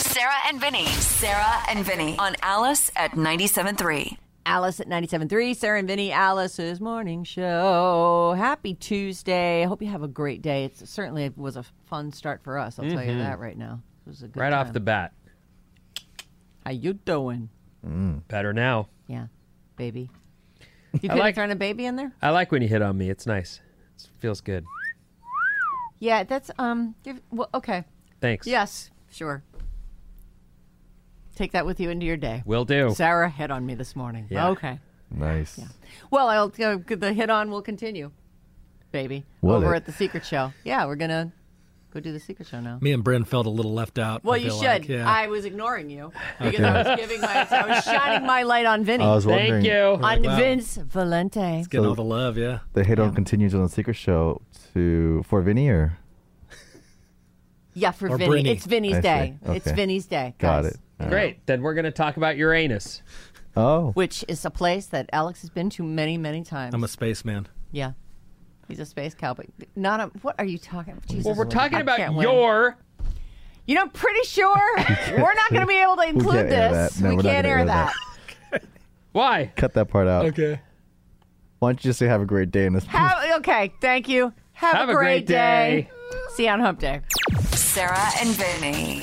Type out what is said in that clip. Sarah and Vinny. Sarah and Vinny on Alice at 97.3. Alice at 97.3, Sarah and Vinny, Alice's morning show. Happy Tuesday. I hope you have a great day. It certainly was a fun start for us. I'll tell you that right now. It was a good Mm-hmm. Right off time. the bat. How you doing? Better now. Yeah, baby. You could have like- thrown a baby in there? I like when you hit on me. It's nice. It feels good. Yeah, that's, um, give, well, okay. Thanks. Yes, sure. Take that with you into your day. Will do. Sarah hit on me this morning. Yeah. Okay. Nice. Well, I'll uh, the hit on will continue, baby. Will Over it? at the secret show. Yeah, we're gonna go do the secret show now. Me and Bryn felt a little left out. Well, I you feel should. like, yeah. I was ignoring you because I was giving my, I was shining my light on Vinny, I was wondering. Thank you. on Vince Valente. Getting all the love, yeah. The hit on continues on the secret show to for Vinny or Yeah, for Or Vinny, Brinny. it's Vinny's I see. day. It's Okay. Vinny's day. got guys. it. All right. Great. Then we're going to talk about Uranus. Oh, Which is a place that Alex has been to many, many times. I'm a spaceman. yeah, he's a space cow, but not a. What are you talking? Jesus, Well, we're talking I can't about win. your. You know, I'm pretty sure we're not going to be able to include can't air this. that. No, we we're not can't gonna air air that. that. Why? cut that part out. Okay. Why don't you just say have a great day in this? Have- okay, thank you. Have, Have a great day. See you on Hump Day. Sarah and Vinny.